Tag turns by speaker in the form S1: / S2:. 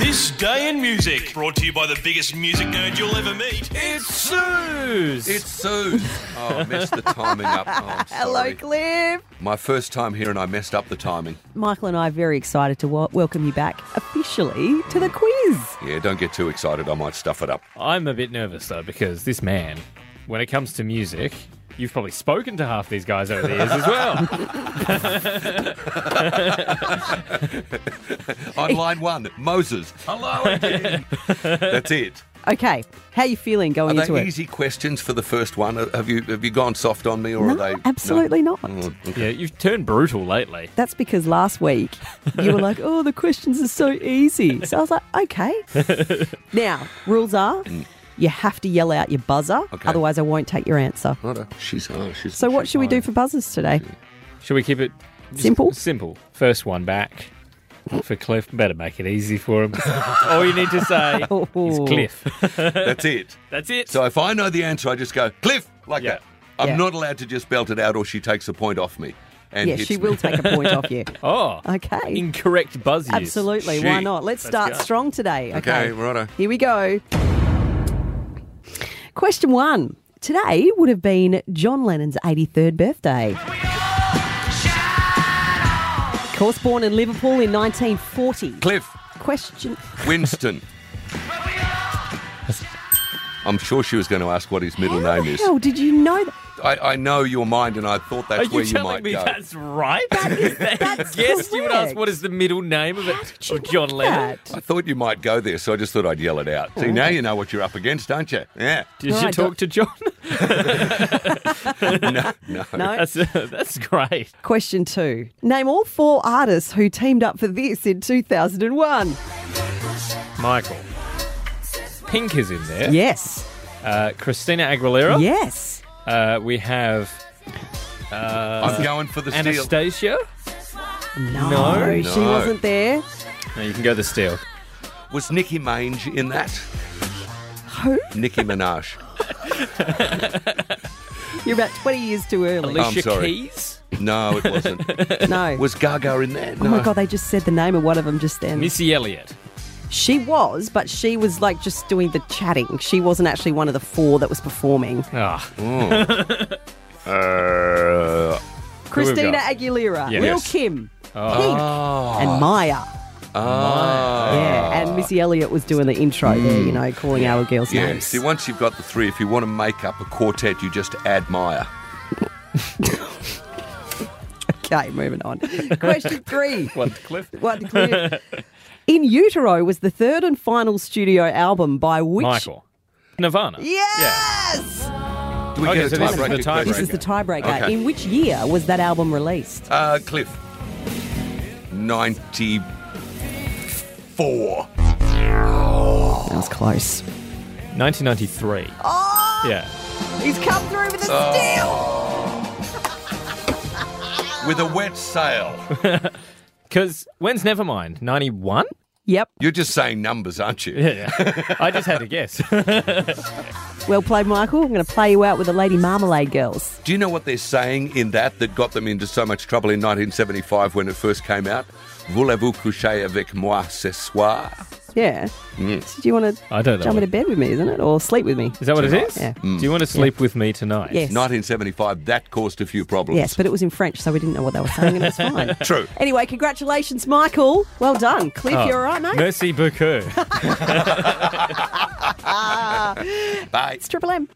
S1: This Day in Music, brought to you by the biggest music nerd you'll ever meet.
S2: It's Suze.
S3: It's Sue. Oh, I messed the timing up. Oh, I'm
S4: Hello,
S3: sorry.
S4: Cliff.
S3: My first time here, and I messed up the timing.
S4: Michael and I are very excited to wel- welcome you back officially to the quiz.
S3: Yeah, don't get too excited. I might stuff it up.
S2: I'm a bit nervous though because this man, when it comes to music, you've probably spoken to half these guys over the years as well.
S3: On line one, Moses. Hello again. That's it.
S4: Okay, how you feeling going
S3: Are
S4: into
S3: they
S4: it?
S3: easy questions for the first one? Uh, Have you have you gone soft on me, or
S4: No,
S3: are they no? Oh,
S4: absolutely not.
S2: yeah, you've turned brutal lately.
S4: That's because last week you were like, oh, the questions are so easy. So I was like, okay. now, rules are you have to yell out your buzzer,
S3: Mm. Okay.
S4: otherwise, I won't take your answer.
S3: What a- she's, oh, she's,
S4: So, what should we do for buzzers today?
S2: Should we keep it just
S4: Simple?
S2: Simple. First one back for Cliff. Better make it easy for him. All you need to say
S4: Oh.
S2: is Cliff.
S3: That's it.
S2: That's it.
S3: So if I know the answer, I just go Cliff like
S2: Yeah.
S3: that. I'm
S4: Yeah.
S3: not allowed to just belt it out, or she takes a point off me. And
S4: Yeah,
S3: hits
S4: she
S3: me.
S4: will take a point off you.
S2: oh,
S4: Okay.
S2: incorrect buzz use.
S4: Absolutely, why
S3: She-
S4: not? Let's start
S2: go.
S4: strong today.
S3: Okay, righto.
S4: Here we go. Question one. Today would have been John Lennon's 83rd birthday. Of course, born in Liverpool in 1940.
S3: Cliff
S4: Question.
S3: Winston. I'm sure she was going to ask what his middle
S4: How
S3: name
S4: the
S3: is.
S4: hell did you know that?
S3: I, I know your mind, and I thought
S2: Are
S3: that's
S2: you
S3: where you
S2: telling
S3: might
S2: me
S3: go.
S2: that's right?
S4: That's
S2: Yes, you would ask
S4: correct.
S2: what is the middle name of it?
S4: Did you
S2: of Oh, John
S4: know
S2: Lennon.
S4: that?
S3: I thought you might go there, so I just thought I'd yell it out.
S2: Oh.
S3: See, now you know what you're up against, don't you? Yeah.
S2: Did
S4: No,
S2: you
S4: I
S2: talk
S4: don't-
S2: to John?
S3: No, no.
S4: No.
S2: That's that's great.
S4: Question two. Name all four artists who teamed up for this in 2001.
S2: Michael. Pink is in there.
S4: Yes.
S2: Uh, Christina Aguilera.
S4: Yes.
S2: Uh, we have Uh,
S3: I'm going for the steal.
S2: Anastasia.
S4: No,
S2: No.
S4: she
S3: No.
S4: wasn't there.
S2: No, you can go the steel.
S3: Was Nicki Mange in that?
S4: Who?
S3: Nicki Minaj.
S4: You're about 20 years too early.
S2: Alicia
S3: I'm sorry.
S2: Keys.
S3: No, it wasn't.
S4: No.
S3: Was Gaga in there?
S4: Oh
S3: No.
S4: my god, they just said the name of one of them just then.
S2: Missy Elliott.
S4: She was, but she was like just doing the chatting. She wasn't actually one of the four that was performing.
S2: Ah,
S3: Uh,
S4: Christina
S2: got?
S4: Aguilera,
S2: Yeah.
S4: Lil
S2: Yes.
S4: Kim, Pink,
S3: Ah.
S4: and Maya.
S3: oh.
S4: Yeah, and Missy Elliott was doing the intro there, you know, calling our girls
S3: Yeah.
S4: names.
S3: See, once you've got the three, if you want to make up a quartet, you just add Maya.
S4: Okay, moving on. Question three.
S2: one to Cliff.
S4: What the clear- In Utero was the third and final studio album by which.
S2: Michael. Nirvana.
S4: Yes!
S3: Do we
S2: Okay,
S3: get
S2: so this is
S3: a
S2: the
S3: tiebreaker
S2: tiebreaker.
S3: question?
S4: This is the tiebreaker.
S3: Okay.
S4: In which year was that album released?
S3: Uh, Cliff. 94.
S4: That was close.
S2: 1993.
S4: Oh!
S2: Yeah.
S4: He's come through with a
S3: With a wet sail.
S2: Because when's Nevermind? 91?
S4: steal. Yep.
S3: You're just saying numbers, aren't you?
S2: Yeah, yeah. I just had to guess.
S4: Well played, Michael. I'm going to play you out with the Lady Marmalade Girls.
S3: Do you know what they're saying in that that got them into so much trouble in 1975 when it first came out? Voulez-vous coucher avec moi ce soir?
S4: Yeah. So do you want to
S2: I don't know
S4: jump
S2: what-
S4: into bed with me, isn't it? Or sleep with me?
S2: Is that what it is?
S4: Yeah.
S2: Do you want to sleep with me tonight?
S4: Yes.
S3: 1975, that caused a few problems.
S4: Yes, but it was in French, so we didn't know what they were saying, and it's fine.
S3: True.
S4: Anyway, congratulations, Michael. Well done. Cliff,
S2: Oh,
S4: you're all right, mate?
S2: Merci beaucoup.
S3: Bye.
S4: It's Triple M.